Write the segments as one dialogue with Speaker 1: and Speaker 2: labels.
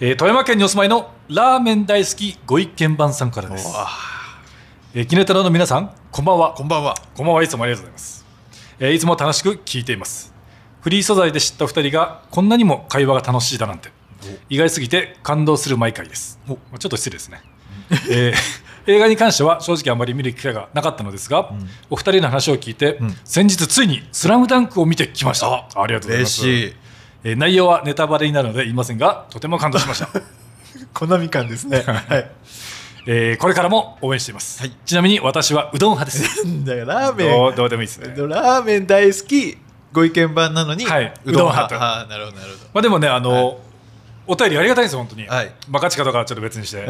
Speaker 1: えー富山県にお住まいのラーメン大好きご意見番さんからです
Speaker 2: おわ。
Speaker 1: えー、キネタロの皆さん、こんばんは。
Speaker 2: こんばんは。
Speaker 1: こんばんはいつもありがとうございます。えーいつも楽しく聞いています。フリー素材で知ったお二人がこんなにも会話が楽しいだなんて意外すぎて感動する毎回です。
Speaker 2: お
Speaker 1: まあちょっと失礼ですね。えー 映画に関しては正直あまり見る機会がなかったのですが、お二人の話を聞いて、
Speaker 2: ん
Speaker 1: 先日ついに「スラムダンクを見てきました。ありがとうござい
Speaker 2: 嬉
Speaker 1: ます。
Speaker 2: しい。
Speaker 1: えー内容はネタバレになるので言いませんが、とても感動しました。
Speaker 2: 好み感です ね。はい。
Speaker 1: えーこれからも応援しています、
Speaker 2: はい
Speaker 1: ちなみに私はうどん派です
Speaker 2: だからラーメ
Speaker 1: ど
Speaker 2: ン
Speaker 1: うどうでもいいですね、ま
Speaker 2: ラーメン大好きご意見番なのに、
Speaker 1: はいう
Speaker 2: ど
Speaker 1: うどん
Speaker 2: ん
Speaker 1: 派と
Speaker 2: 派あーなるほどなるほ
Speaker 1: あ、でもねあの、
Speaker 2: はい
Speaker 1: お便りありがたいんですよ本当に、
Speaker 2: はい
Speaker 1: バカチカとかはちょっと別に して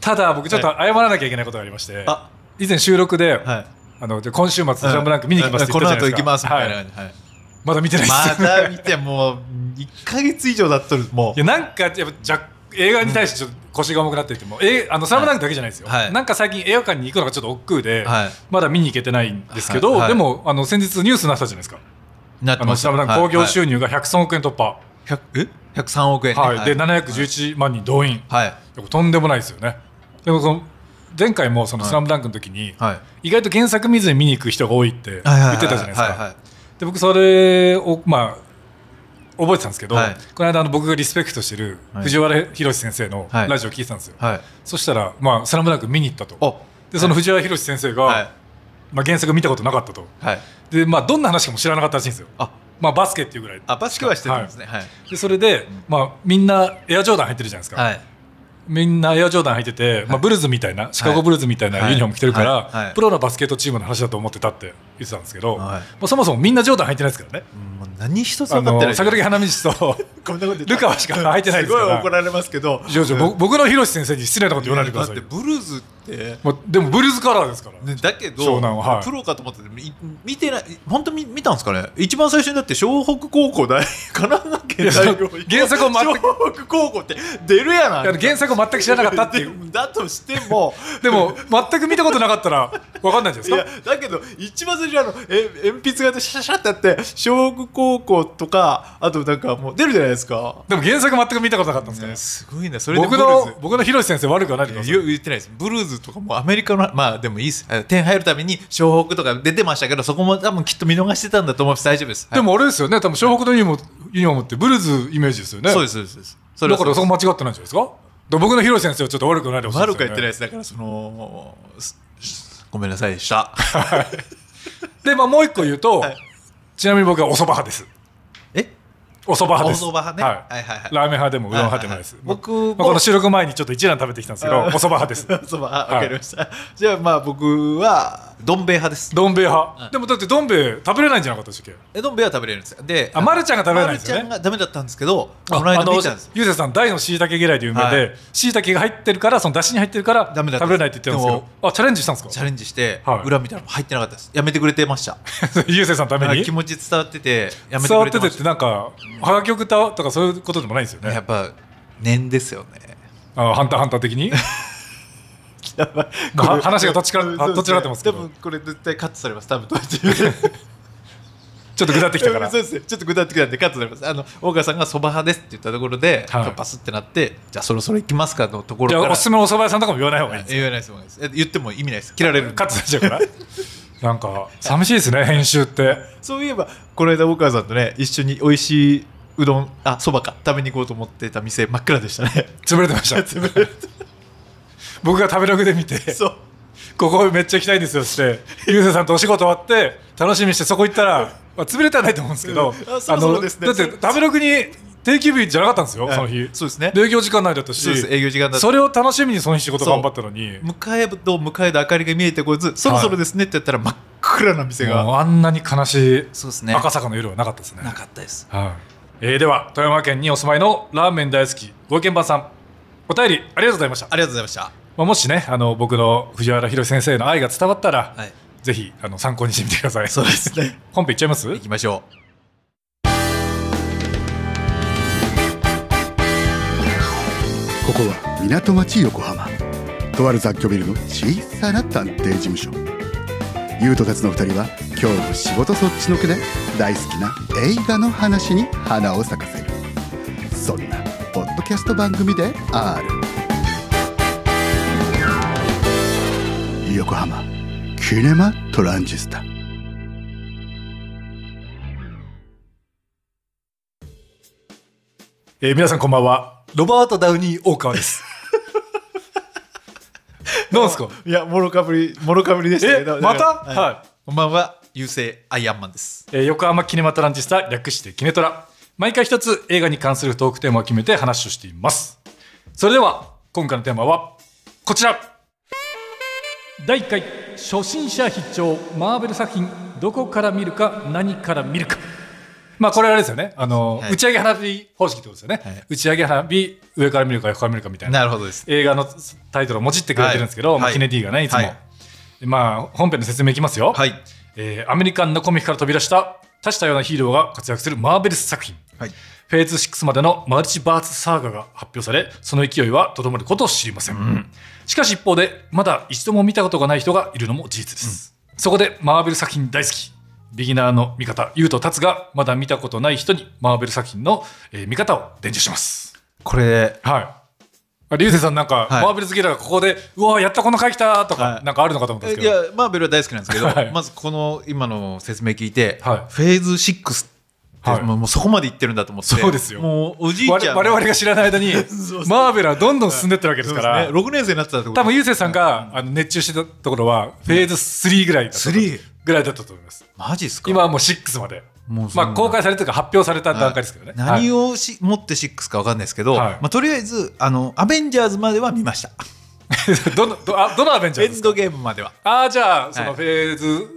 Speaker 1: ただ僕ちょっと謝らなきゃいけないことがありまして、
Speaker 2: あ
Speaker 1: 以前収録で、
Speaker 2: どはい
Speaker 1: あので今週末「スラムダンク見に行きますって
Speaker 2: こ
Speaker 1: 言っ
Speaker 2: の
Speaker 1: たじゃ
Speaker 2: 後
Speaker 1: ない
Speaker 2: 行
Speaker 1: です
Speaker 2: き
Speaker 1: か
Speaker 2: ますみたいな、
Speaker 1: は
Speaker 2: はいい、
Speaker 1: まだ見てないです、
Speaker 2: また見てもう1か月以上だっとるも
Speaker 1: いやなんかやっぱ若映画に対してちょっと腰が重くなっていても、えあのスラムダンクだけじゃないですよ、
Speaker 2: はい
Speaker 1: なんか最近映画館に行くのがちょっと億劫で、
Speaker 2: はい
Speaker 1: まだ見に行けてないんですけど、
Speaker 2: はいはい
Speaker 1: でもあの先日ニュースになってたじゃないですか
Speaker 2: うなっ
Speaker 1: あ
Speaker 2: て
Speaker 1: の
Speaker 2: ます
Speaker 1: スラムダンク興行収
Speaker 2: 入、
Speaker 1: 入が103億円突破、
Speaker 2: はいはい、100え103億円ね、
Speaker 1: はいで711万人動員、
Speaker 2: はい
Speaker 1: とんでもないですよね。でもその前回も「そのスラムダンクの時に、
Speaker 2: はい
Speaker 1: 意外と原作見ずに見に行く人が多いって
Speaker 2: はい
Speaker 1: 言ってたじゃないです
Speaker 2: はいはい
Speaker 1: か
Speaker 2: は。
Speaker 1: で僕それをまあ覚えてたんですけど、
Speaker 2: はい
Speaker 1: この間あの僕がリスペクトしてる
Speaker 2: はい
Speaker 1: 藤原宏先生の
Speaker 2: はい
Speaker 1: ラジオ聞いてたんですよ、
Speaker 2: はい
Speaker 1: そしたら「まあスラムダンク見に行ったと
Speaker 2: お
Speaker 1: でその藤原宏先生が、
Speaker 2: はい
Speaker 1: まあ、原作見たことなかったと
Speaker 2: はい
Speaker 1: で、まあ、どんな話かも知らなかったらしいんですよ、
Speaker 2: あ
Speaker 1: まあ、バスケっていうぐらい
Speaker 2: あバスケはしてたんですねはい
Speaker 1: でそれで、まあ、みんなエアジョーダン入ってるじゃないですか、
Speaker 2: はい
Speaker 1: みんなエアジョーダン履いてて、まあ、ブルズみたいな、シカゴブルズみたいな
Speaker 2: は
Speaker 1: ユ
Speaker 2: い
Speaker 1: ニフォーム着てるから、
Speaker 2: はいはい
Speaker 1: プロのバスケットチームの話だと思ってたって言ってたんですけど、
Speaker 2: はい
Speaker 1: まあ、そもそもみんなジョーダン履いてないですからね、
Speaker 2: もう何一つ
Speaker 1: あ
Speaker 2: 分かってない
Speaker 1: の桜木花道と
Speaker 2: こんなこと言った
Speaker 1: ルカワしか履いてないです
Speaker 2: す
Speaker 1: から
Speaker 2: ごい怒られますけど
Speaker 1: ジョジョ僕僕の広瀬先生に失礼なこと言わないでください
Speaker 2: だ
Speaker 1: よ
Speaker 2: っ、てブルーズって
Speaker 1: まあ、でもブルズカラーですから、
Speaker 2: ね、だけど、
Speaker 1: 湘南ははい
Speaker 2: プロかと思っててみ見てない本当に見見たんですかね一番最初にだって湘北高校大神奈川県代表
Speaker 1: いや原作を全く
Speaker 2: 湘北高校って出るやな
Speaker 1: あの原作を全く知らなかったっていう、
Speaker 2: うだとしても
Speaker 1: でも全く見たことなかったら分かんないじゃない
Speaker 2: い
Speaker 1: です
Speaker 2: や
Speaker 1: か。
Speaker 2: だけど一番最初にあのえ鉛筆がシャシャシャってあって湘北高校とかあとなんかもう出るじゃないですか、
Speaker 1: でも原作全く見たことなかったんですから、
Speaker 2: ね、
Speaker 1: ね
Speaker 2: すごいねそれで
Speaker 1: 僕
Speaker 2: ブルーズ
Speaker 1: の僕の広瀬先生悪くはないでください
Speaker 2: 言う言ってないですブルーズとかもアメリカのまあでもいいですあ点入るために湘北とか出てましたけどそこも多分きっと見逃してたんだと思うし大丈夫です、はい
Speaker 1: でもあれですよね多分湘北のユニフォームユニフォームってブルーズイメージですよね
Speaker 2: そうですそうですそうですそれ
Speaker 1: だ
Speaker 2: は
Speaker 1: からそこ
Speaker 2: う
Speaker 1: 間違ってないんじゃないですかだから僕の広瀬先生はちょっと悪くないでほしいですよね
Speaker 2: 悪くは言ってないですだからそのすすごめんなさいでした
Speaker 1: で、まあ、もう一個言うと、
Speaker 2: はい
Speaker 1: ちなみに僕はおそば派です
Speaker 2: え
Speaker 1: おそば派です
Speaker 2: お蕎麦派ねはいはいは
Speaker 1: ラ
Speaker 2: い
Speaker 1: ーメン派でもうどん派でもないです、
Speaker 2: はいはいはい僕
Speaker 1: ま
Speaker 2: も
Speaker 1: あこの収録前にちょっと一蘭食べてきたんですけどお
Speaker 2: あー
Speaker 1: そば派です
Speaker 2: そば
Speaker 1: い
Speaker 2: わかりました、じゃあまあ僕はどん兵衛派です
Speaker 1: どん兵衛派、でもだってどん兵衛食べれないんじゃなかったでしたっけ
Speaker 2: えどん兵衛は食べれるんですよで
Speaker 1: あ丸ちゃんが食べれないんですよね
Speaker 2: 丸ちゃんがダメだったんですけどこ
Speaker 1: あ
Speaker 2: の間
Speaker 1: の
Speaker 2: 見たんですよ
Speaker 1: ゆうせいさん大のしいたけ嫌いで有名
Speaker 2: は
Speaker 1: で
Speaker 2: い
Speaker 1: しいたけが入ってるからそのだしに入ってるから
Speaker 2: ダ
Speaker 1: 食べ
Speaker 2: メだった
Speaker 1: れないって言ってるんです
Speaker 2: で
Speaker 1: けどあチャレンジしたんですか
Speaker 2: チャレンジして、
Speaker 1: はい
Speaker 2: 裏見たら入ってなかったですやめてくれてました
Speaker 1: ゆうせいさんのため
Speaker 2: あ
Speaker 1: に
Speaker 2: 気持ち伝わっててやめて
Speaker 1: 伝わ
Speaker 2: く
Speaker 1: って
Speaker 2: れ
Speaker 1: て
Speaker 2: てま
Speaker 1: っ
Speaker 2: してた
Speaker 1: なんかはがき送ったとかそういうことでもないんですよ
Speaker 2: やっ
Speaker 1: ね
Speaker 2: ぱ念ですよね
Speaker 1: あのハンターハンター 的には話がどっちからあどっちらかってますけど
Speaker 2: 多分これ絶対カットされます多分どっちらかって
Speaker 1: ちょっと下ってき たから
Speaker 2: そうですねちょっと具体的なんでカットされますあの大川さんが「そば派です」って言ったところで、
Speaker 1: はい
Speaker 2: パスってなって「じゃあそろそろ行きますか」のとこ
Speaker 1: じ
Speaker 2: ろ
Speaker 1: ゃ
Speaker 2: か
Speaker 1: あ
Speaker 2: ら
Speaker 1: おすすめのお蕎麦屋さんとかも言わない方がいいです
Speaker 2: 言えないです言えないですえ言っても意味ないです切られるんで
Speaker 1: カットされちゃうからなんか寂しいです ね編集って
Speaker 2: そういえばこの間大川さんとね一緒に美味しいうどんあそばか食べに行こうと思ってた店真っ暗で したね
Speaker 1: 潰れてました
Speaker 2: 潰れて
Speaker 1: 僕が食べログで見て
Speaker 2: そう
Speaker 1: ここめっちゃ行きたいんですよってゆうせいさんとお仕事終わって楽しみにしてそこ行ったら、まあ、潰れてはないと思うんですけど
Speaker 2: うんあそうそうですね
Speaker 1: だって食べログに定休日じゃなかったんですよその日
Speaker 2: はいそうですね
Speaker 1: 営業時間内だったし
Speaker 2: そうです営業時間だった
Speaker 1: それを楽しみにその日仕事頑張ったのに
Speaker 2: 向かえど向かえど明かりが見えてこずそろそろですねって言ったら真っ暗な店が、
Speaker 1: もうあんなに悲しい
Speaker 2: そうですね
Speaker 1: 赤坂の夜はなかったですね
Speaker 2: なかったです
Speaker 1: はいえーでは富山県にお住まいのラーメン大好きご意見番さんお便りありがとうございました、
Speaker 2: ありがとうございました
Speaker 1: まあ、もしねあの僕の藤原宏先生の愛が伝わったら、
Speaker 2: はい
Speaker 1: ぜひあの参考にしてみてください
Speaker 2: そうですね
Speaker 1: 本編いっちゃいます
Speaker 2: 行きましょう
Speaker 3: ここは港町横浜とある雑居ビルの小さな探偵事務所優斗たちの2人は今日も仕事そっちのけで大好きな映画の話に花を咲かせるそんなポッドキャスト番組である横浜キネマトランジスタ
Speaker 1: えー皆さんこんばんはロバート・ダウニー大川です なんですか
Speaker 2: いや、もろかぶり、もろかぶりでした
Speaker 1: え
Speaker 2: けど。
Speaker 1: また
Speaker 2: だから
Speaker 1: はい
Speaker 2: こんばんは、優勢アイアンマンです。
Speaker 1: えー横浜キネマトランジスタ略してキネトラ毎回一つ映画に関するトークテーマを決めて話をしていますそれでは今回のテーマはこちら第1回初心者必聴マーベル作品どこから見るか何から見るかまあこれあれですよねあの、
Speaker 2: はい
Speaker 1: 打ち上げ花火方式ってことですよね、
Speaker 2: はい
Speaker 1: 打ち上げ花火上から見るか横から見るかみたいな
Speaker 2: なるほどです。
Speaker 1: 映画のタイトルをもじってくれてるんですけど、
Speaker 2: はい
Speaker 1: まあ
Speaker 2: はい
Speaker 1: キネディがねいつも、
Speaker 2: はい
Speaker 1: まあ本編の説明いきますよ、
Speaker 2: はい。
Speaker 1: えーアメリカンのコミックから飛び出した多種多様なヒーローが活躍するマーベルス作品
Speaker 2: はい。
Speaker 1: フェーズ6までのマルチバースサーガが発表されその勢いはとどまることを知りません、しかし一方でまだ一度も見たことがない人がいるのも事実です、そこでマーベル作品大好きビギナーの味方優と達がまだ見たことない人にマーベル作品の、えー見方を伝授します
Speaker 2: これ、
Speaker 1: はいあ流星さんなんか、
Speaker 2: はい
Speaker 1: マーベル好きだからここでうわやったこの回来たとか、
Speaker 2: はい
Speaker 1: なんかあるのかと思ったんです
Speaker 2: い
Speaker 1: けど
Speaker 2: や、マーベルは大好きなんですけど、
Speaker 1: はい
Speaker 2: まずこの今の説明聞いて、
Speaker 1: はい
Speaker 2: フェーズ6って、
Speaker 1: はい
Speaker 2: もうもうそこまでいってるんだと思って、
Speaker 1: そうですよ
Speaker 2: もうおじいちゃん
Speaker 1: 我
Speaker 2: の、
Speaker 1: 我々が知らない間に
Speaker 2: そう
Speaker 1: マーベルはどんどん進んでってるわけですか
Speaker 2: そう
Speaker 1: ら
Speaker 2: ですね、6年生になってたってこと
Speaker 1: 多分、ゆうせいさんがあの熱中してたところは、フェーズ3ぐらいだったと思う。
Speaker 2: 3
Speaker 1: ぐらいだったと思います。
Speaker 2: マジですか
Speaker 1: 今はもう6まで。
Speaker 2: もうそん
Speaker 1: ま
Speaker 2: な
Speaker 1: あ、公開されてるか発表された段階ですけどね。
Speaker 2: 何
Speaker 1: を
Speaker 2: をし、持って6か分かんないですけど、
Speaker 1: はい
Speaker 2: まあ、とりあえずあの、アベンジャーズまでは見 ました。
Speaker 1: どのどあどのアベンジャ
Speaker 2: エ
Speaker 1: ーズで
Speaker 2: ン
Speaker 1: すか
Speaker 2: ドゲームまでは。
Speaker 1: ああ、じゃあ、そ
Speaker 2: は
Speaker 1: の
Speaker 2: い
Speaker 1: フェーズ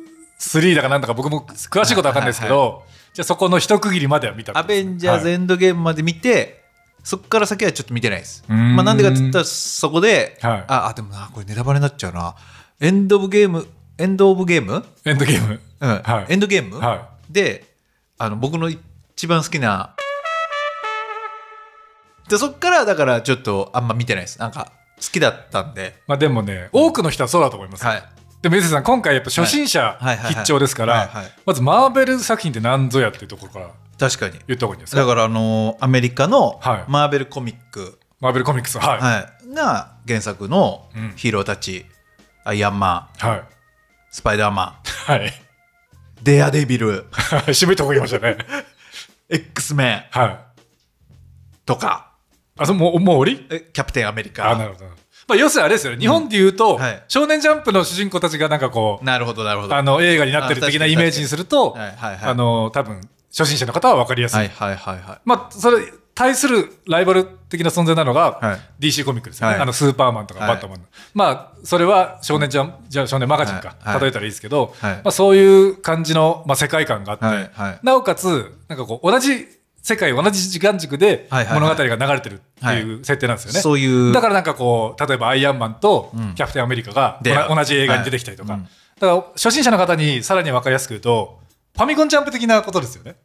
Speaker 1: 3だかなんだか僕も詳しいことは分かんないですけ
Speaker 2: はい
Speaker 1: ど、じゃあそこの一区切りまでは見たって
Speaker 2: ア
Speaker 1: ことで
Speaker 2: ベ
Speaker 1: すね
Speaker 2: ンジャーズ
Speaker 1: はい
Speaker 2: エンドゲームまで見て、そこから先はちょっと見てないです。
Speaker 1: うーん
Speaker 2: まあなんでかって言ったらそこで、
Speaker 1: はい
Speaker 2: ああでもなこれネタバレになっちゃうな。エンドオブゲームエンドオブゲーム、
Speaker 1: エンドゲーム。
Speaker 2: うん
Speaker 1: はい
Speaker 2: エンドゲーム、
Speaker 1: は
Speaker 2: であの僕の一番好きなでそっからだからちょっとあんま見てないです。なんか好きだったんで。
Speaker 1: まあでもね、多くの人はそうだと思います。
Speaker 2: はい。
Speaker 1: でも、ゆうせいさん、今回やっぱ初心者
Speaker 2: はいはいはいはい
Speaker 1: 必聴ですか
Speaker 2: は
Speaker 1: ら
Speaker 2: いはい、
Speaker 1: まずマーベル作品って何ぞやっていうところから
Speaker 2: 確かに。
Speaker 1: 言った方がいいんです
Speaker 2: だ
Speaker 1: か
Speaker 2: からあのアメリカの
Speaker 1: はい
Speaker 2: マーベルコミック、
Speaker 1: マーベルコミックスは。はい。
Speaker 2: はい、が原作の
Speaker 1: うん
Speaker 2: ヒーローたち、アイアンマン
Speaker 1: はい。
Speaker 2: スパイダーマ
Speaker 1: はい。
Speaker 2: ンデアデビ ル
Speaker 1: 渋いとこ行きましたね。
Speaker 2: X メン
Speaker 1: はい。
Speaker 2: とか
Speaker 1: あ、そもう、もう終わり
Speaker 2: えキャプテンアメリカ
Speaker 1: あ、なるほど。まあ、要するにあれですよね。日本で言うと、
Speaker 2: はい
Speaker 1: 少年ジャンプの主人公たちがなんかこう、
Speaker 2: なるほどなるほど
Speaker 1: あの、映画になってる的な
Speaker 2: あ確かに
Speaker 1: イメージにすると、
Speaker 2: 確かにはいはいはい
Speaker 1: あの、多分、初心者の方は分かりやすい。
Speaker 2: はいはいはいは
Speaker 1: まあ、それ、対するライバル的な存在なのが、
Speaker 2: はい
Speaker 1: DC コミックですよね。
Speaker 2: はい
Speaker 1: あの、スーパーマンとか
Speaker 2: はい
Speaker 1: バットマンの。まあ、それは少年ジャン、じゃあ少年マガジンか、
Speaker 2: はいはい
Speaker 1: 例えたらいいですけど、
Speaker 2: はい
Speaker 1: まあ、そういう感じの、まあ、世界観があって、
Speaker 2: いはいはい
Speaker 1: なおかつ、なんかこう、同じ世界、同じ時間軸で
Speaker 2: はいはいはい
Speaker 1: 物語が流れてるっていう設定なんですよね。
Speaker 2: そういう
Speaker 1: だからなんかこう、例えばアイアンマンと
Speaker 2: ん
Speaker 1: キャプテンアメリカが
Speaker 2: 出会う
Speaker 1: 同じ映画に出てきたりとか。
Speaker 2: はいうん
Speaker 1: だから、初心者の方にさらに分かりやすく言うと、ファミコンジャンプ的なことですよね。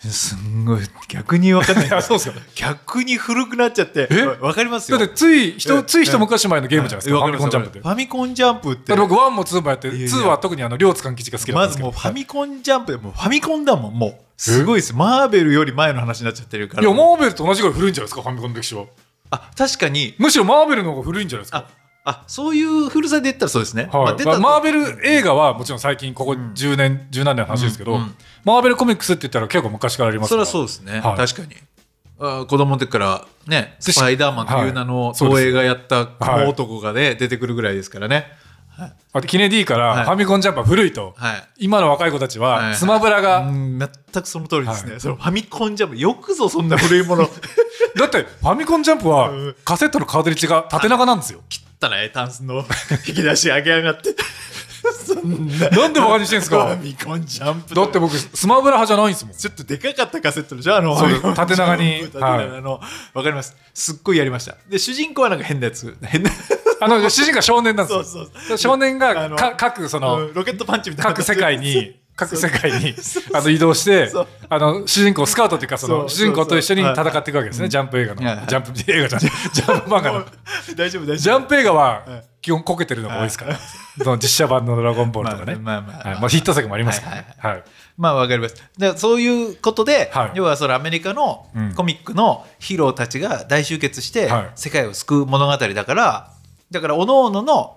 Speaker 2: すんごい逆に分かんない
Speaker 1: いやそうっすよ
Speaker 2: 逆に古くなっちゃって
Speaker 1: え
Speaker 2: わかります
Speaker 1: だ
Speaker 2: よ
Speaker 1: って、つい、ひと
Speaker 2: え
Speaker 1: つい一昔前のゲームじゃないですか、
Speaker 2: は
Speaker 1: ファミコンジャンプって。
Speaker 2: フ
Speaker 1: だか
Speaker 2: ァミコンジャンプって
Speaker 1: ら僕、1も2もやって、
Speaker 2: いやいや
Speaker 1: 2は特にあの、両津勘吉が好きだった
Speaker 2: ま
Speaker 1: んです
Speaker 2: ず
Speaker 1: け
Speaker 2: も
Speaker 1: ど。
Speaker 2: うファミコンジャンプでもうファミコンだもんもうすごいですマーベルより前の話になっちゃってるか
Speaker 1: い
Speaker 2: ら
Speaker 1: や、マーベルと同じぐらい古いんじゃないですか、ファミコンの歴史は。
Speaker 2: あ確かに
Speaker 1: むしろマーベルの方が古いんじゃないですか
Speaker 2: あ。あそういう古さで言ったらそうですね。ま
Speaker 1: は
Speaker 2: あ
Speaker 1: い
Speaker 2: 出たと
Speaker 1: まあマーベル映画はもちろん最近ここ10年、十何年の話ですけど、
Speaker 2: うんうん
Speaker 1: マーベルコミックスって言ったら結構昔からあります
Speaker 2: そ
Speaker 1: から
Speaker 2: れはそうですね。
Speaker 1: はい
Speaker 2: 確かに。あ子供の時からね、
Speaker 1: でし
Speaker 2: スパイダーマンという名
Speaker 1: は
Speaker 2: の
Speaker 1: いそうです
Speaker 2: 東映がやった雲男がね、出てくるぐらいですからね。
Speaker 1: あとキネディか
Speaker 2: は
Speaker 1: ら
Speaker 2: い
Speaker 1: ファミコンジャンプは古いと、
Speaker 2: はい。
Speaker 1: 今の若い子たち
Speaker 2: は
Speaker 1: はいスマブラが、
Speaker 2: うん全くその通りですね。
Speaker 1: はい
Speaker 2: そのファミコンジャンプ、よくぞそんな古い もの、
Speaker 1: だってファミコンジャンプは
Speaker 2: うん
Speaker 1: カセットのカートリッジが縦長なんですよ。
Speaker 2: 切ったらえ、タンスの引き出し上げやが って。 そんな。
Speaker 1: なんでバカにしてんす
Speaker 2: フ
Speaker 1: か
Speaker 2: ァミコンジャンプ。
Speaker 1: だって、僕スマブラ派じゃないんですもん。
Speaker 2: ちょっとでかかったカセットでしょあの
Speaker 1: そう
Speaker 2: ファミコン
Speaker 1: 縦長に
Speaker 2: 縦長の。わ、かります。すっごいやりました。で、主人公はなんか変なやつ。変な。
Speaker 1: あの主人が少年なんですよ。
Speaker 2: そうそう
Speaker 1: 少年
Speaker 2: あ
Speaker 1: が
Speaker 2: の
Speaker 1: か各その、
Speaker 2: うんロケットパンチみたいな
Speaker 1: 各世界に各世界にあの移動して
Speaker 2: そう
Speaker 1: あの主人公スカウトというかそ
Speaker 2: そ
Speaker 1: の
Speaker 2: う
Speaker 1: 主人公と一緒に
Speaker 2: そうそう
Speaker 1: 戦っていくわけですねジャンプ映画の
Speaker 2: はい
Speaker 1: ジャンプ映画 じゃないジャンプ漫画の
Speaker 2: 大丈夫大
Speaker 1: ジャンプ映画は
Speaker 2: はい
Speaker 1: 基本こけてるのが多いですからその実写版の「ドラゴンボール」とかね
Speaker 2: まあまあまあ
Speaker 1: はいまあヒット作もありますからねはい
Speaker 2: まあわかりますだからそういうことで、
Speaker 1: はい
Speaker 2: 要はそのアメリカの
Speaker 1: うん
Speaker 2: コミックのヒーローたちが大集結して
Speaker 1: はい
Speaker 2: 世界を救う物語だからだから各々の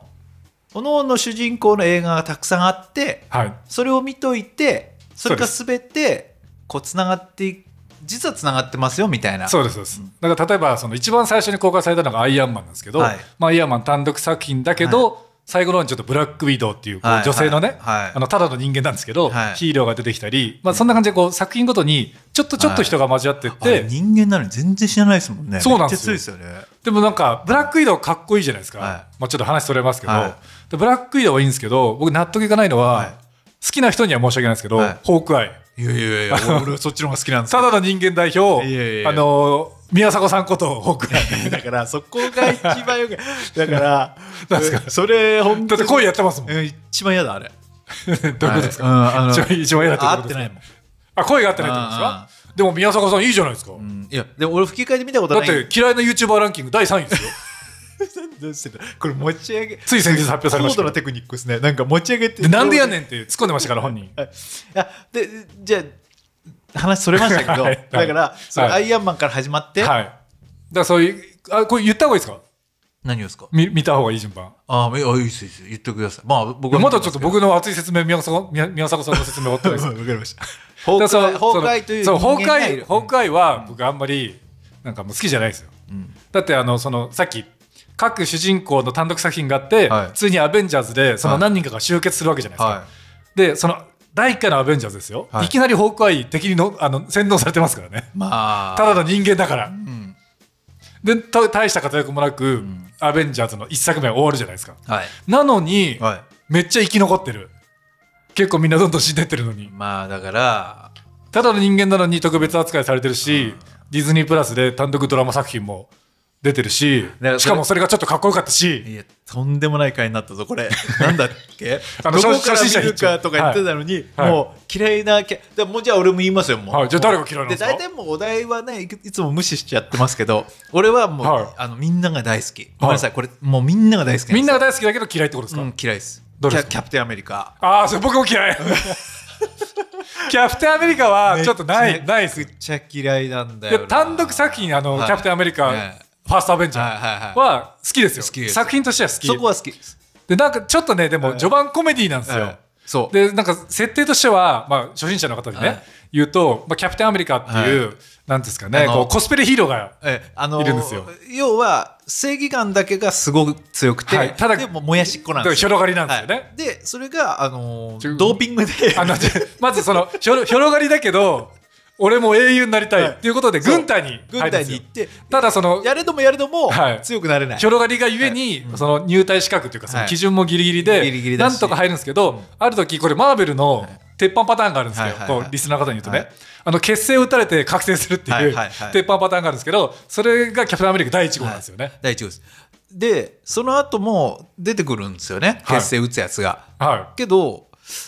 Speaker 2: 各々主人公の映画がたくさんあって
Speaker 1: はい
Speaker 2: それを見といてそれが
Speaker 1: そ
Speaker 2: 全てこうつながってい実はつながってますよみたいな
Speaker 1: そうですそうです、だから例えばその一番最初に公開されたのがアイアンマンなんですけど、
Speaker 2: はい
Speaker 1: まあ、アイアンマン単独作品だけど、最後の方にちょっとブラックウィドウっていうこう
Speaker 2: はい
Speaker 1: 女性のね、
Speaker 2: はいはい
Speaker 1: あのただの人間なんですけど、
Speaker 2: はい
Speaker 1: ヒーローが出てきたり、まあ、そんな感じでこう作品ごとにちょっとちょっと人が交わってっ
Speaker 2: あ
Speaker 1: て、
Speaker 2: れ人間なのに全然知らないですもんね
Speaker 1: そうなんですよ
Speaker 2: めっちゃ強いですよね
Speaker 1: でもなんかブラックウィドウかっこいいじゃないですか、
Speaker 2: はい
Speaker 1: まあ、ちょっと話それますけど、
Speaker 2: は
Speaker 1: でブラックウィドウはいいんですけど僕納得いかないのは、
Speaker 2: はい
Speaker 1: 好きな人には申し訳ないですけど、
Speaker 2: はい
Speaker 1: ホークアイ
Speaker 2: いやいやいや俺俺はそっちの方が好きなんですけ
Speaker 1: た
Speaker 2: ど
Speaker 1: だの人間代表
Speaker 2: いやいやいや
Speaker 1: あの宮迫さんことホークアイ
Speaker 2: だからそこが一番よくだから
Speaker 1: なんですか
Speaker 2: それ本
Speaker 1: だって恋やってますもんどういう
Speaker 2: うん一番嫌だあれ
Speaker 1: ことですか、
Speaker 2: あ
Speaker 1: 一番一番嫌だって
Speaker 2: 合
Speaker 1: こ
Speaker 2: っ
Speaker 1: と
Speaker 2: て
Speaker 1: ですか
Speaker 2: ないもん、
Speaker 1: あ声が合ってないってことですかでも宮迫さんいいじゃないですか、
Speaker 2: うんいやでも俺吹き替えで見たこと
Speaker 1: だ
Speaker 2: な
Speaker 1: っ
Speaker 2: い
Speaker 1: て嫌いな YouTuber ランキング第3位ですよ
Speaker 2: どうしてたこれ持ち上げ
Speaker 1: つい先日発表されました
Speaker 2: 高度なテクニックですねなんか持ち上げて
Speaker 1: でなんでやねんって突っ込んでましたから本人
Speaker 2: はいあでじゃあ話それましたけど、
Speaker 1: はいはい
Speaker 2: だから、その
Speaker 1: はい
Speaker 2: アイアンマンから始まって、
Speaker 1: はいだからそういうあこれ言った方がいいですか
Speaker 2: 何をですか
Speaker 1: 見見た方がいい順番
Speaker 2: ああいやいいですいいです言ってくださいまあ僕は
Speaker 1: まだちょっと僕の熱い説明宮迫宮宮迫さんの説明終わってないです
Speaker 2: わかりました
Speaker 1: だか
Speaker 2: 崩
Speaker 1: らその
Speaker 2: 壊崩壊という
Speaker 1: そう
Speaker 2: 人間
Speaker 1: 崩
Speaker 2: がい
Speaker 1: 壊
Speaker 2: る
Speaker 1: 崩壊は僕あんまりなんかもう好きじゃないですよ、だってあのそのさっき各主人公の単独作品があって、
Speaker 2: はい
Speaker 1: 普通にアベンジャーズでその
Speaker 2: はい
Speaker 1: 何人かが集結するわけじゃないですか、
Speaker 2: は
Speaker 1: でその第1回のアベンジャーズですよ、
Speaker 2: はい
Speaker 1: い、きなりホークアイ敵にのあの洗脳されてますからね
Speaker 2: いまあ
Speaker 1: ただの人間だから、
Speaker 2: ん
Speaker 1: でた大した活躍もなく、アベンジャーズの1作目は終わるじゃないですか
Speaker 2: はい
Speaker 1: なのに、
Speaker 2: は
Speaker 1: めっちゃ生き残ってる結構みんなどんどん死んでってるのに
Speaker 2: いまあだから
Speaker 1: ただの人間なのに特別扱いされてるし、ディズニープラスで単独ドラマ作品も出てるし
Speaker 2: だからそれ
Speaker 1: しかもそれがちょっとかっこよかったし
Speaker 2: いやとんでもない回になったぞこ れなんだっけ
Speaker 1: あの
Speaker 2: どこ
Speaker 1: 初
Speaker 2: から
Speaker 1: 初心
Speaker 2: 見
Speaker 1: 者
Speaker 2: るかとか言ってたのに、
Speaker 1: はい
Speaker 2: もう嫌いなキャでもうじゃあ俺も言いますよもう、
Speaker 1: はいじゃあ誰が嫌いなんですか
Speaker 2: 大体もうお題はねいくいつも無視しちゃってますけど俺はもう、
Speaker 1: はい
Speaker 2: あのみんなが大好きごめんなさいこれもうみんなが大好き
Speaker 1: みんな
Speaker 2: が
Speaker 1: が大好きだけど嫌いってことですか、
Speaker 2: うん、嫌いです
Speaker 1: どれですか
Speaker 2: キャキャプテンアメリカ
Speaker 1: ああそれ僕も嫌 いキャプテンアメリカはちょっとな
Speaker 2: め
Speaker 1: い
Speaker 2: ちゃ
Speaker 1: ないです
Speaker 2: めっちゃ嫌いなんだ
Speaker 1: いや
Speaker 2: よな
Speaker 1: 単独作品あの、
Speaker 2: はい
Speaker 1: キャプテンアメリカ、
Speaker 2: はい
Speaker 1: ファーストアベンジャ
Speaker 2: はいはいは
Speaker 1: ー
Speaker 2: い
Speaker 1: は好きですよ、
Speaker 2: 好きです
Speaker 1: 作品としては好き
Speaker 2: そこは好きです
Speaker 1: でなんかちょっとねでも序盤コメディなんですよ、
Speaker 2: はいそう
Speaker 1: でなんか設定としては、まあ、初心者の方にね、
Speaker 2: はい
Speaker 1: 言うと、まあ、キャプテンアメリカっていう、なんていうんですかね
Speaker 2: あの
Speaker 1: こうコスプレヒーローが
Speaker 2: ええあの
Speaker 1: いるんですよ
Speaker 2: 要は正義感だけがすごく強くて、
Speaker 1: はいただ
Speaker 2: でももやしっこなんですよ
Speaker 1: 広がりなんですよね、
Speaker 2: はいでそれが、あのー
Speaker 1: ちょ
Speaker 2: ドーピングで
Speaker 1: あのまずそのひょろ 広がりだけど俺も英雄になりたい、
Speaker 2: はい
Speaker 1: っていうことで軍隊に
Speaker 2: 軍
Speaker 1: 入るん
Speaker 2: 隊
Speaker 1: です
Speaker 2: に
Speaker 1: よ
Speaker 2: 行って
Speaker 1: ただその
Speaker 2: やれどもやれども、
Speaker 1: はい
Speaker 2: 強くなれない
Speaker 1: 広がりがゆえに、その入隊資格というかその
Speaker 2: はい
Speaker 1: 基準もギリギリで、
Speaker 2: ギリギリだし
Speaker 1: なんとか入るんですけど、ある時これマーベルの鉄板パターンがあるんですけど、
Speaker 2: はいはいはい
Speaker 1: こうリスナーの方に言うとね、
Speaker 2: はい
Speaker 1: あの結成を打たれて覚醒するって
Speaker 2: はいいうはいはい
Speaker 1: 鉄板パターンがあるんですけどそれがキャプテンアメリカ第1号なんですよね。
Speaker 2: 第一号ですでその後も出てくるんですよね
Speaker 1: はい
Speaker 2: 結成打つやつが、
Speaker 1: はい
Speaker 2: けど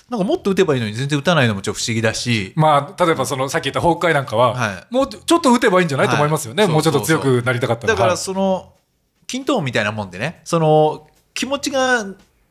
Speaker 2: なんかもっと打てばいいのに全然打たないのもちょっと不思議だし、
Speaker 1: まあ、例えばそのさっき言った崩壊なんかは、
Speaker 2: はい
Speaker 1: もうちょっと打てばいいんじゃない、
Speaker 2: はい
Speaker 1: と思いますよね
Speaker 2: そう
Speaker 1: もうちょっと
Speaker 2: そう
Speaker 1: 強
Speaker 2: そう
Speaker 1: くなりたかったら
Speaker 2: だから
Speaker 1: はい
Speaker 2: その均等みたいなもんでねその気持ちが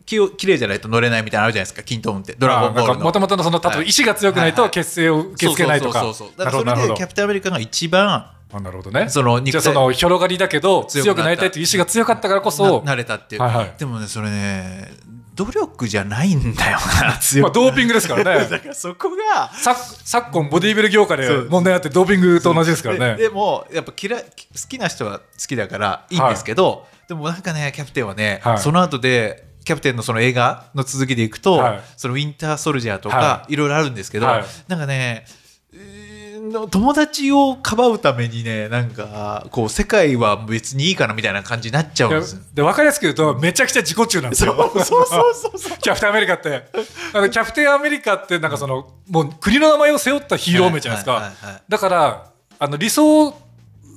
Speaker 2: きを綺麗じゃないと乗れないみたいなのあるじゃないですか均等ってドラゴンボールの
Speaker 1: もともとのその例えば
Speaker 2: はい
Speaker 1: 意志が強くない
Speaker 2: はいは
Speaker 1: と
Speaker 2: い
Speaker 1: 結成を受け付けないとか
Speaker 2: そうそうそうそう
Speaker 1: なる
Speaker 2: だか
Speaker 1: ほど
Speaker 2: ら
Speaker 1: なる
Speaker 2: それ
Speaker 1: ほ
Speaker 2: で
Speaker 1: ど
Speaker 2: キャプテンアメリカが一番
Speaker 1: あなるほどね
Speaker 2: その肉
Speaker 1: じゃあ
Speaker 2: 体
Speaker 1: その広がりだけど強
Speaker 2: 強
Speaker 1: く
Speaker 2: く
Speaker 1: な
Speaker 2: なっ
Speaker 1: り
Speaker 2: た
Speaker 1: たいという意志が強かったからこそ
Speaker 2: な慣れたっていう、
Speaker 1: はいはい
Speaker 2: でもねそれね努力じゃないんだよな強
Speaker 1: まあ、
Speaker 2: く、
Speaker 1: ドーピングですからね
Speaker 2: だからそこが
Speaker 1: さ昨今ボディービル業界で
Speaker 2: そう
Speaker 1: 問題あってドーピングと同じですから
Speaker 2: で
Speaker 1: ね
Speaker 2: でもやっぱ嫌い好きな人は好きだからいいんですけど、でもなんかねキャプテンはね、
Speaker 1: はい
Speaker 2: その後でキャプテンのその映画の続きでいくと、
Speaker 1: はい
Speaker 2: そのウィンターソルジャーとか、、
Speaker 1: はい
Speaker 2: ろいろあるんですけど、
Speaker 1: はい
Speaker 2: なんかねうーんの友達をかばうためにねなんかこう世界は別にいいかなみたいな感じになっちゃうん
Speaker 1: いや
Speaker 2: ですよ
Speaker 1: で分かりやすく言うとめちゃくちゃ自己中なんです
Speaker 2: そ
Speaker 1: よ
Speaker 2: うそうそうそうそ う
Speaker 1: キャプテンアメリカってあのキャプテンアメリカってなんかそのもう国の名前を背負ったヒーロー名じゃないです
Speaker 2: はいは
Speaker 1: か
Speaker 2: いはいはい
Speaker 1: だからあの理想を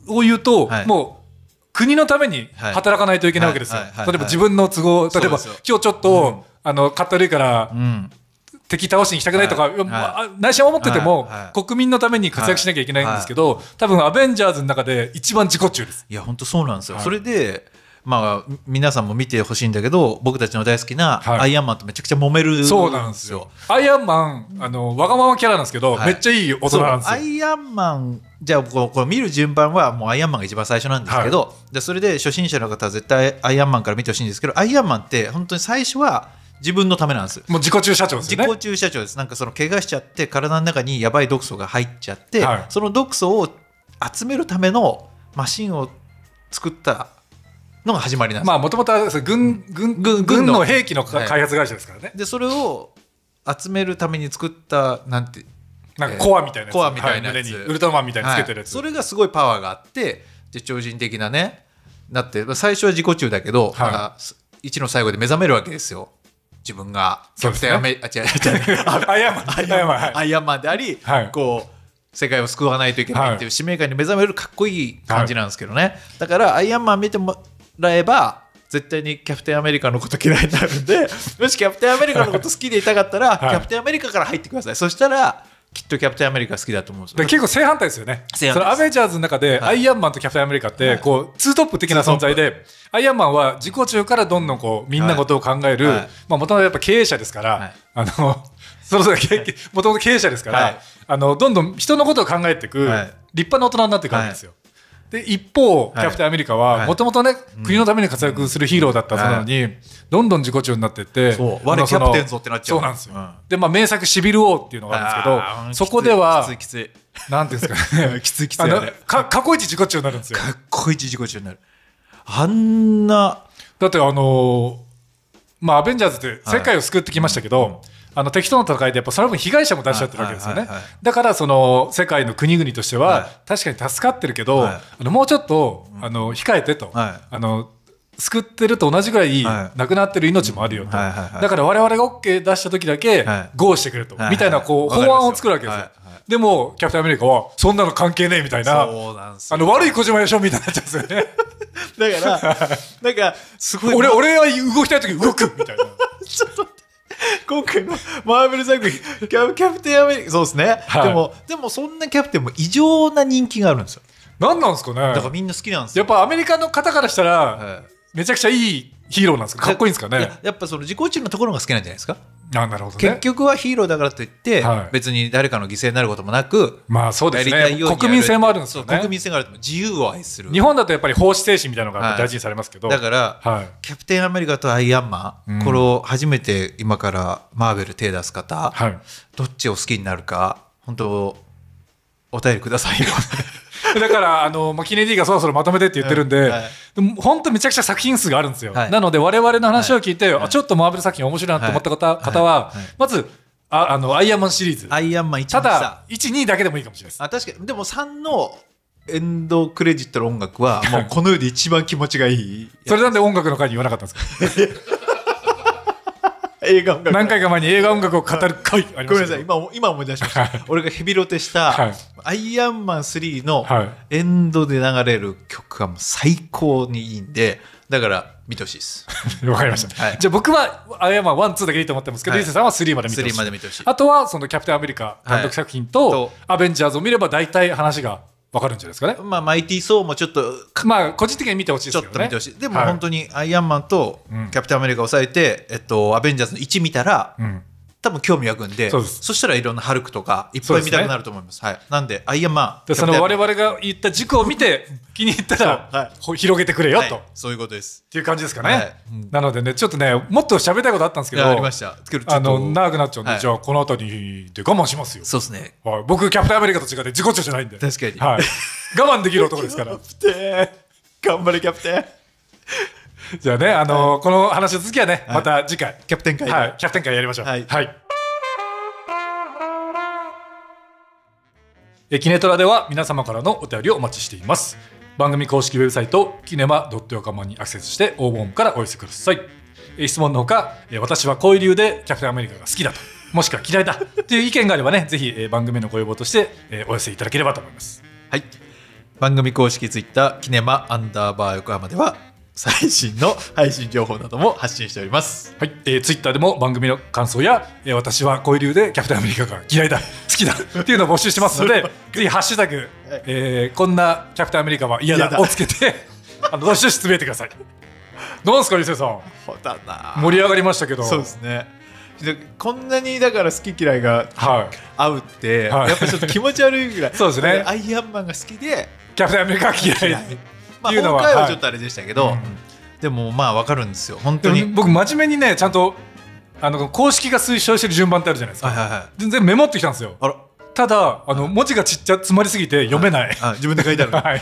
Speaker 1: 言うと、
Speaker 2: はい
Speaker 1: もう国のために
Speaker 2: はい
Speaker 1: 働かないといけないわけですよ
Speaker 2: はいはいはいはい
Speaker 1: 例えば自分の都合例えば
Speaker 2: そうですよ
Speaker 1: 今日ちょっと、あのかったるいから
Speaker 2: うん
Speaker 1: 敵倒しに行きたくないとか、
Speaker 2: はい
Speaker 1: まあ内心は思ってても、
Speaker 2: はい
Speaker 1: 国民のために活躍しなきゃいけないんですけど、多分アベンジャーズの中で一番自己中です。
Speaker 2: いや本当そうなんですよ、
Speaker 1: はい
Speaker 2: それでまあ皆さんも見てほしいんだけど僕たちの大好きな
Speaker 1: はい
Speaker 2: アイアンマンとめちゃくちゃ揉めるんですよ、
Speaker 1: そうなんですよ。アイアンマン、あの、わがままキャラなんですけど、
Speaker 2: はい
Speaker 1: めっちゃいい大人なんです
Speaker 2: そうア
Speaker 1: よ。
Speaker 2: イアンマンじゃあこうこう見る順番はもうアイアンマンが一番最初なんですけど、でそれで初心者の方は絶対アイアンマンから見てほしいんですけどアイアンマンって本当に最初は自分のためなんですよ
Speaker 1: もう自己中社長です
Speaker 2: 自
Speaker 1: よね
Speaker 2: 己。注射長ですなんかその怪我しちゃって体の中にやばい毒素が入っちゃって、
Speaker 1: はい
Speaker 2: その毒素を集めるためのマシンを作ったのが始まりなんですよ
Speaker 1: まあ、もともとは軍、軍、軍
Speaker 2: 軍
Speaker 1: 軍の
Speaker 2: の
Speaker 1: 兵器のか
Speaker 2: はい
Speaker 1: 開発会社ですからね。
Speaker 2: でそれを集めるために作ったなんて
Speaker 1: なんかコアみたいなやつ。
Speaker 2: コアみたいなやつ
Speaker 1: は胸にウルトラマンみたいにつけてるやつ。
Speaker 2: はいそれがすごいパワーがあってで超人的なねなってまあ最初は自己中だけど、
Speaker 1: はい
Speaker 2: まだす一の最後で目覚めるわけですよ自分がキ
Speaker 1: そうで
Speaker 2: ャ
Speaker 1: す
Speaker 2: プ
Speaker 1: ね
Speaker 2: テンアメ、あ違う違う
Speaker 1: アイアンマン。アイアンマン。 はい
Speaker 2: アイアンマンであり、
Speaker 1: はい
Speaker 2: こう世界を救わないといけないって
Speaker 1: はい
Speaker 2: いう使命感に目覚めるかっこいい感じなんですけどね、だからアイアンマン見てもらえば絶対にキャプテンアメリカのこと嫌いになる んでもしキャプテンアメリカのこと好きでいたかったら、
Speaker 1: はい
Speaker 2: キャプテンアメリカから入ってくださいそしたらきっとキャプテンアメリカ好きだと思うんですよ
Speaker 1: で結構正反対ですよね。そ
Speaker 2: 正反対です
Speaker 1: のアベンジャーズの中で、アイアンマンとキャプテンアメリカって、こう、ツートップ的な存在で、アイアンマンは自己中からどんどんこう、みんなことを考える、
Speaker 2: はい
Speaker 1: まあ、もともとやっぱ経営者ですから、
Speaker 2: はい
Speaker 1: あの、 そろそろ経営、もともと経営者ですから、
Speaker 2: はい
Speaker 1: あの、どんどん人のことを考えていく、
Speaker 2: はい
Speaker 1: 立派な大人になっていくわけですよ。で、一方、キャプテンアメリカ
Speaker 2: は
Speaker 1: は、
Speaker 2: い
Speaker 1: もともとね、国のために活躍するヒーローだったはずなのに、どんどん自己中になっていって、
Speaker 2: そう
Speaker 1: あの
Speaker 2: 我
Speaker 1: その
Speaker 2: キャプテンぞってなっちゃう
Speaker 1: そうなんですよ。
Speaker 2: うん
Speaker 1: で、まあ、名作シビル王っていうのがあるんですけど、そこでは、
Speaker 2: きついき。
Speaker 1: なんていうんですかね
Speaker 2: きつい きつい
Speaker 1: あ
Speaker 2: あれ
Speaker 1: のか過去一自己中になるんですよ。
Speaker 2: かっこいい自己中になるあんな
Speaker 1: だってあのーまあアベンジャーズって世界を救ってきましたけど、あの敵との戦いでやっぱその分被害者も出しちゃってるわけですよ
Speaker 2: は
Speaker 1: ね
Speaker 2: いはいはいはい。
Speaker 1: だからその世界の国々としては、
Speaker 2: は
Speaker 1: 確かに助かってるけど、
Speaker 2: はい
Speaker 1: あのもうちょっとあの控えてと、
Speaker 2: はい
Speaker 1: あの。救ってると同じぐらい
Speaker 2: はい
Speaker 1: 亡くなってる命もあるよと、
Speaker 2: はいはいはい
Speaker 1: だから我々が OK 出した時だけ
Speaker 2: はい
Speaker 1: ゴーしてくれと、
Speaker 2: はいはい
Speaker 1: みたいなこう
Speaker 2: わか
Speaker 1: 法
Speaker 2: りますよ
Speaker 1: 案を作るわけですよ、
Speaker 2: はいは
Speaker 1: でもキャプテンアメリカはそんなの関係ねえみたいな
Speaker 2: そうなんです
Speaker 1: あ
Speaker 2: よ
Speaker 1: の悪い小島よしおみたいになっちゃうんですよ ね。
Speaker 2: だからなんかすごい
Speaker 1: 俺、俺は動きたい時に動くみたいな。
Speaker 2: 今回のマーベル作品キャキャプテンアメリカそうですね、
Speaker 1: はい
Speaker 2: でもでもそんなキャプテンも異常な人気があるんですよ
Speaker 1: 何なんですかね
Speaker 2: だからみんな好きなんです
Speaker 1: や
Speaker 2: よ
Speaker 1: っぱアメリカの方からしたら、
Speaker 2: はい
Speaker 1: めちゃくちゃいいヒーローなんですかかっこいいんですかね
Speaker 2: ややっぱその自己中のところが好きなんじゃないですか、
Speaker 1: あなるほど
Speaker 2: 結
Speaker 1: ね。
Speaker 2: 局はヒーローだからといって、
Speaker 1: はい
Speaker 2: 別に誰かの犠牲になることもなく
Speaker 1: まあそうです
Speaker 2: やりたい
Speaker 1: ね
Speaker 2: ようにや。る
Speaker 1: 国民性もあるんですよ
Speaker 2: そう
Speaker 1: ね
Speaker 2: 国。民性があると自由を愛する
Speaker 1: 日本だとやっぱり奉仕精神みたいなのが
Speaker 2: はい
Speaker 1: 大事にされますけど。
Speaker 2: だから、
Speaker 1: はい。
Speaker 2: キャプテンアメリカとアイアンマン、
Speaker 1: うん
Speaker 2: これを初めて今からマーベル手出す方、
Speaker 1: はい。
Speaker 2: どっちを好きになるか本当お便りください よ
Speaker 1: だから、あの、まあ、キネディがそろそろまとめてって言ってるん
Speaker 2: う
Speaker 1: で
Speaker 2: んはい、
Speaker 1: でも本当めちゃくちゃ作品数があるんですよ。
Speaker 2: はい
Speaker 1: なので、我々の話を聞いて、あちょっとマーベル作品面白いなと思った方
Speaker 2: はい
Speaker 1: 方は
Speaker 2: はいはい、
Speaker 1: まず、ああの、アイアンマンシリーズ。
Speaker 2: アイアンマン1
Speaker 1: た
Speaker 2: た
Speaker 1: だ、1、2だけでもいいかもしれないです。
Speaker 2: あ確かにでも3のエンドクレジットの音楽はもうこの世で一番気持ちがいい
Speaker 1: それなんで音楽の会に言わなかったんですか
Speaker 2: 映画音楽
Speaker 1: 何回か前に映画音楽を語る会あり
Speaker 2: ご
Speaker 1: ま
Speaker 2: めん
Speaker 1: した
Speaker 2: なさい
Speaker 1: けど
Speaker 2: 今今思い出しました、俺がヘビロテした、
Speaker 1: はい
Speaker 2: アイアンマン3の
Speaker 1: はい
Speaker 2: エンドで流れる曲がもう最高にいいんでだから見てほしいです
Speaker 1: わかりました、
Speaker 2: はい
Speaker 1: じゃあ僕は「アイアンマン1」2だけでいいと思ってますけど、
Speaker 2: はい
Speaker 1: リーセさんは3まで見てほしい
Speaker 2: 3まで見てほしい
Speaker 1: あとはその「キャプテンアメリカ」単独作品と「
Speaker 2: はいと
Speaker 1: アベンジャーズ」を見れば大体話がわかるんじゃないですかね
Speaker 2: まあマイティー・ソーもちょっと
Speaker 1: まあ個人的に見てほしいで
Speaker 2: ちょ
Speaker 1: す
Speaker 2: っ
Speaker 1: けど
Speaker 2: と
Speaker 1: ね
Speaker 2: 見てほしい。でも
Speaker 1: はい
Speaker 2: 本当にアイアンマンと
Speaker 1: うん
Speaker 2: キャプテンアメリカを抑えて、えっと、アベンジャーズの1見たら、
Speaker 1: うん
Speaker 2: 多分興味湧くんで、
Speaker 1: そう
Speaker 2: そ
Speaker 1: です
Speaker 2: したらいろんなハルクとか、いっ
Speaker 1: そう
Speaker 2: ぱ
Speaker 1: で
Speaker 2: い
Speaker 1: すね
Speaker 2: 見たくなると思います。はい。なんで、アイアンマン。
Speaker 1: でその
Speaker 2: キャプ
Speaker 1: 我
Speaker 2: テンアメ
Speaker 1: 々が言った軸を見て気に入ったら、
Speaker 2: そうはい
Speaker 1: ほ広げてくれ
Speaker 2: リ
Speaker 1: よ
Speaker 2: カ
Speaker 1: と、
Speaker 2: は
Speaker 1: っ
Speaker 2: いそういうことです。
Speaker 1: ていう感じですかね、
Speaker 2: はいうん
Speaker 1: なのでねちょっとねもっと喋りたいことあったんですけ
Speaker 2: い
Speaker 1: ど
Speaker 2: やありましたけどちょっと
Speaker 1: あの長くなっちゃうんで、
Speaker 2: はい
Speaker 1: じゃあこの辺りで我慢しますよ
Speaker 2: そうですね。
Speaker 1: はい、僕、キャプテンアメリカと違って自己中じゃないんで。
Speaker 2: 確かに
Speaker 1: はい。我慢できる男ですから。
Speaker 2: プテン頑張れ、キャプテン
Speaker 1: じゃあね、あのーこの話の続きはね、
Speaker 2: い
Speaker 1: また次回。
Speaker 2: キャプテン会で
Speaker 1: はい、キャプテン会やりましょう。
Speaker 2: はい
Speaker 1: はい。えキネトラでは皆様からのお便りをお待ちしています。番組公式ウェブサイト、キネマ .yokama にアクセスして応募フォームからお寄せください。え質問のほか、え私はこういう理由でキャプテンアメリカが好きだと、もしくは嫌いだという意見があればね、ぜひ、え番組へのご要望として、えお寄せいただければと思います。
Speaker 2: はい。番組公式ツイッター、キネマアンダーバー横浜では、最新の配信情報なども発信しております。
Speaker 1: はい、えー、ツイッターでも番組の感想や、えー、私はこういう理由でキャプテンアメリカが嫌いだ、好 きだっていうのを募集してますの で、ぜひハッシュタグ、えー、こんなキャプテンアメリカは嫌だ
Speaker 2: 嫌だ
Speaker 1: をつけて、 あのどしどしつぶやいてください。どうですか、流星さん。
Speaker 2: そうだな
Speaker 1: 盛り上がりましたけど。
Speaker 2: そうですね。でこんなにだから好き嫌いが
Speaker 1: はい。
Speaker 2: 合うって、
Speaker 1: はい
Speaker 2: やっぱちょっと気持ち悪いぐらい
Speaker 1: そうですね
Speaker 2: アイアンマンが好きで
Speaker 1: キャプテンアメリカは嫌い。
Speaker 2: 嫌いまあ
Speaker 1: いう
Speaker 2: 今
Speaker 1: のは
Speaker 2: 回
Speaker 1: は
Speaker 2: はいちょっとあれでしたけど、でもまあわかるんですよ本
Speaker 1: で
Speaker 2: 当
Speaker 1: も
Speaker 2: に
Speaker 1: ね僕、真面目にね、ちゃんとあの公式が推奨してる順番ってあるじゃないです
Speaker 2: はい
Speaker 1: か。
Speaker 2: はいはい
Speaker 1: 全然メモってきたんですよ。
Speaker 2: あら
Speaker 1: ただ、あの文字がちっちゃ詰まりすぎて読めない。
Speaker 2: あ自分で書いてある
Speaker 1: はい。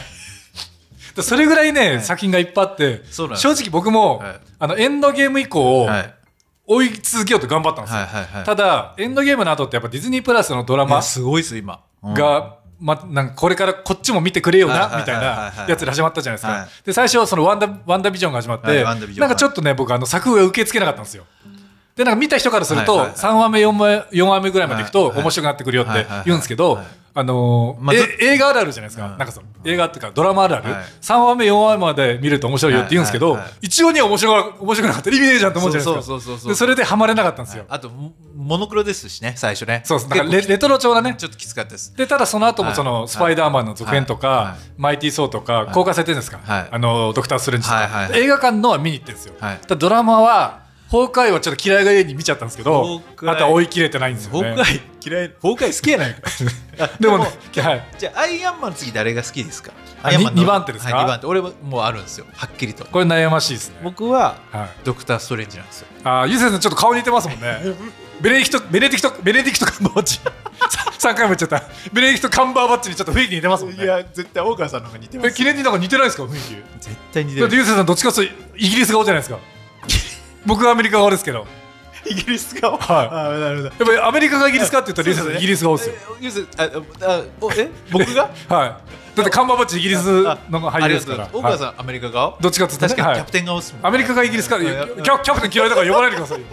Speaker 1: でそれぐらいね、作品がいっぱいあって、正
Speaker 2: そうなんです
Speaker 1: 直僕も、
Speaker 2: はい
Speaker 1: あの、エンドゲーム以降、
Speaker 2: はいはい
Speaker 1: 追い続けようと頑張ったんですよ。
Speaker 2: はいはい
Speaker 1: ただ、エンドゲームの後ってやっぱディズニープラスのドラ
Speaker 2: いや
Speaker 1: マ
Speaker 2: すごいです今、うん
Speaker 1: が、ま、なんかこれからこっちも見てくれよ
Speaker 2: はいはい
Speaker 1: な、
Speaker 2: はい
Speaker 1: みたいなやつで始まったじゃないですか。
Speaker 2: はい
Speaker 1: で、最初、そのワンダ、ワンダビジョンが始まっ
Speaker 2: は
Speaker 1: て、
Speaker 2: いワンダビジョ
Speaker 1: な
Speaker 2: ン
Speaker 1: んかちょっとね、僕、あの、作風が受け付けなかったんですよ。で、なんか見た人からすると、
Speaker 2: はいはいはい
Speaker 1: 3話目、4話目、4話目ぐらいまでいくと、
Speaker 2: はいはい
Speaker 1: 面白くなってくるよって言うんですけ
Speaker 2: は
Speaker 1: ど
Speaker 2: いはいはい、
Speaker 1: あのー
Speaker 2: まあず
Speaker 1: え映画あるあるじゃないですか。
Speaker 2: うん
Speaker 1: なんかその、映画っていうか、ドラマあるある、
Speaker 2: はい
Speaker 1: 3話目、4話目まで見ると面白いよって言うんですけど、
Speaker 2: はいはいはい
Speaker 1: 一応には面白く面白くなかったら意味ねえじゃんと思うじゃないですか。
Speaker 2: そうそうそうそうそう
Speaker 1: でそれでハマれなかったんですよ。
Speaker 2: あとモモノクロですしね最初ね
Speaker 1: そうです。なんかレ
Speaker 2: 結
Speaker 1: レトロ調だね
Speaker 2: 構。ちょっときつかったです
Speaker 1: でただその後もそ
Speaker 2: は
Speaker 1: の
Speaker 2: い
Speaker 1: スパイダーマンの続編とか、
Speaker 2: はいはい
Speaker 1: マイティー・ソーとか公開されてるんですか、
Speaker 2: はい
Speaker 1: あのドクター・ストレンジとか、
Speaker 2: はいはいはい
Speaker 1: 映画館のは見に行ってるんですよ、
Speaker 2: はい
Speaker 1: ただドラマは崩壊はちょっと嫌いがゆえに見ちゃったんですけど
Speaker 2: 崩壊
Speaker 1: また追い切れてないんですよ
Speaker 2: 崩
Speaker 1: ね
Speaker 2: 壊 嫌い崩壊好きやないかあ
Speaker 1: でもね
Speaker 2: で も
Speaker 1: はい、
Speaker 2: じゃあアイアンマンの次誰が好きですか
Speaker 1: あ
Speaker 2: アイアンマンの
Speaker 1: に二番手ですか
Speaker 2: はい、2番手俺ももうあるんですよはっきりと
Speaker 1: これ悩ましいですね
Speaker 2: 僕は
Speaker 1: はい、
Speaker 2: ドクター・ストレンジなんですよ
Speaker 1: あーゆうせいさんちょっと顔似てますもんねベネディクトベネディクトベネディクトカンバー バッチ3回も言っちゃったベネディクトカンバーバッチにちょっと雰囲気似てますもんね
Speaker 2: 絶対大川さんの方が似て
Speaker 1: え記念になんか似てないですか雰囲
Speaker 2: 絶対似
Speaker 1: 気
Speaker 2: て
Speaker 1: だって
Speaker 2: る
Speaker 1: ゆうせいさんどっちかというとイギリス顔じゃないですか僕はアメリカ側ですけど
Speaker 2: イギリス
Speaker 1: は
Speaker 2: 顔
Speaker 1: い
Speaker 2: あなるほど
Speaker 1: やっぱりアメリカがイギリスかって言ったら、リーさん、イギリスが多いですよ。
Speaker 2: ユースああおえ僕が
Speaker 1: はい。だってカンバーバッチイギリスの俳優ですから。
Speaker 2: ありがとうございます大川
Speaker 1: は
Speaker 2: さんアメリカ顔
Speaker 1: いどっちかって言っ
Speaker 2: 確
Speaker 1: た
Speaker 2: かに
Speaker 1: ら
Speaker 2: キ
Speaker 1: ね
Speaker 2: ャプテン顔っすもん
Speaker 1: はいアメリカがイギリスか、いやキャキャプテン嫌いだから呼ばないでくださいよ。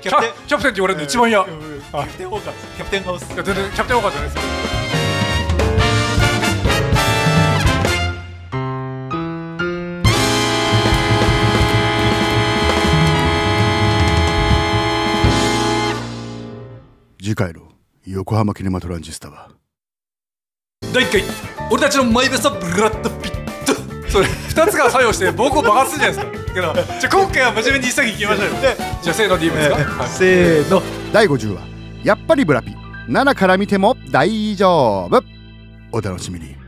Speaker 1: キャキャプテンって言われるの一番嫌。
Speaker 2: うんうんキャプテン大川さんキャプテン顔っす
Speaker 1: いや全然キャプテンオーカーじゃないですよ
Speaker 3: 次回の横浜キネマトランジスタは
Speaker 1: 第1回、俺たちのマイベストブラッドピット。それ、2つが作用して僕を爆発するじゃないですか。けど、じゃあ今回は真面目に潔くいきましょうよ。じゃあ、せーので言いますか。はい
Speaker 2: せーの
Speaker 3: 第50話「やっぱりブラピ」7から見ても大丈夫お楽しみに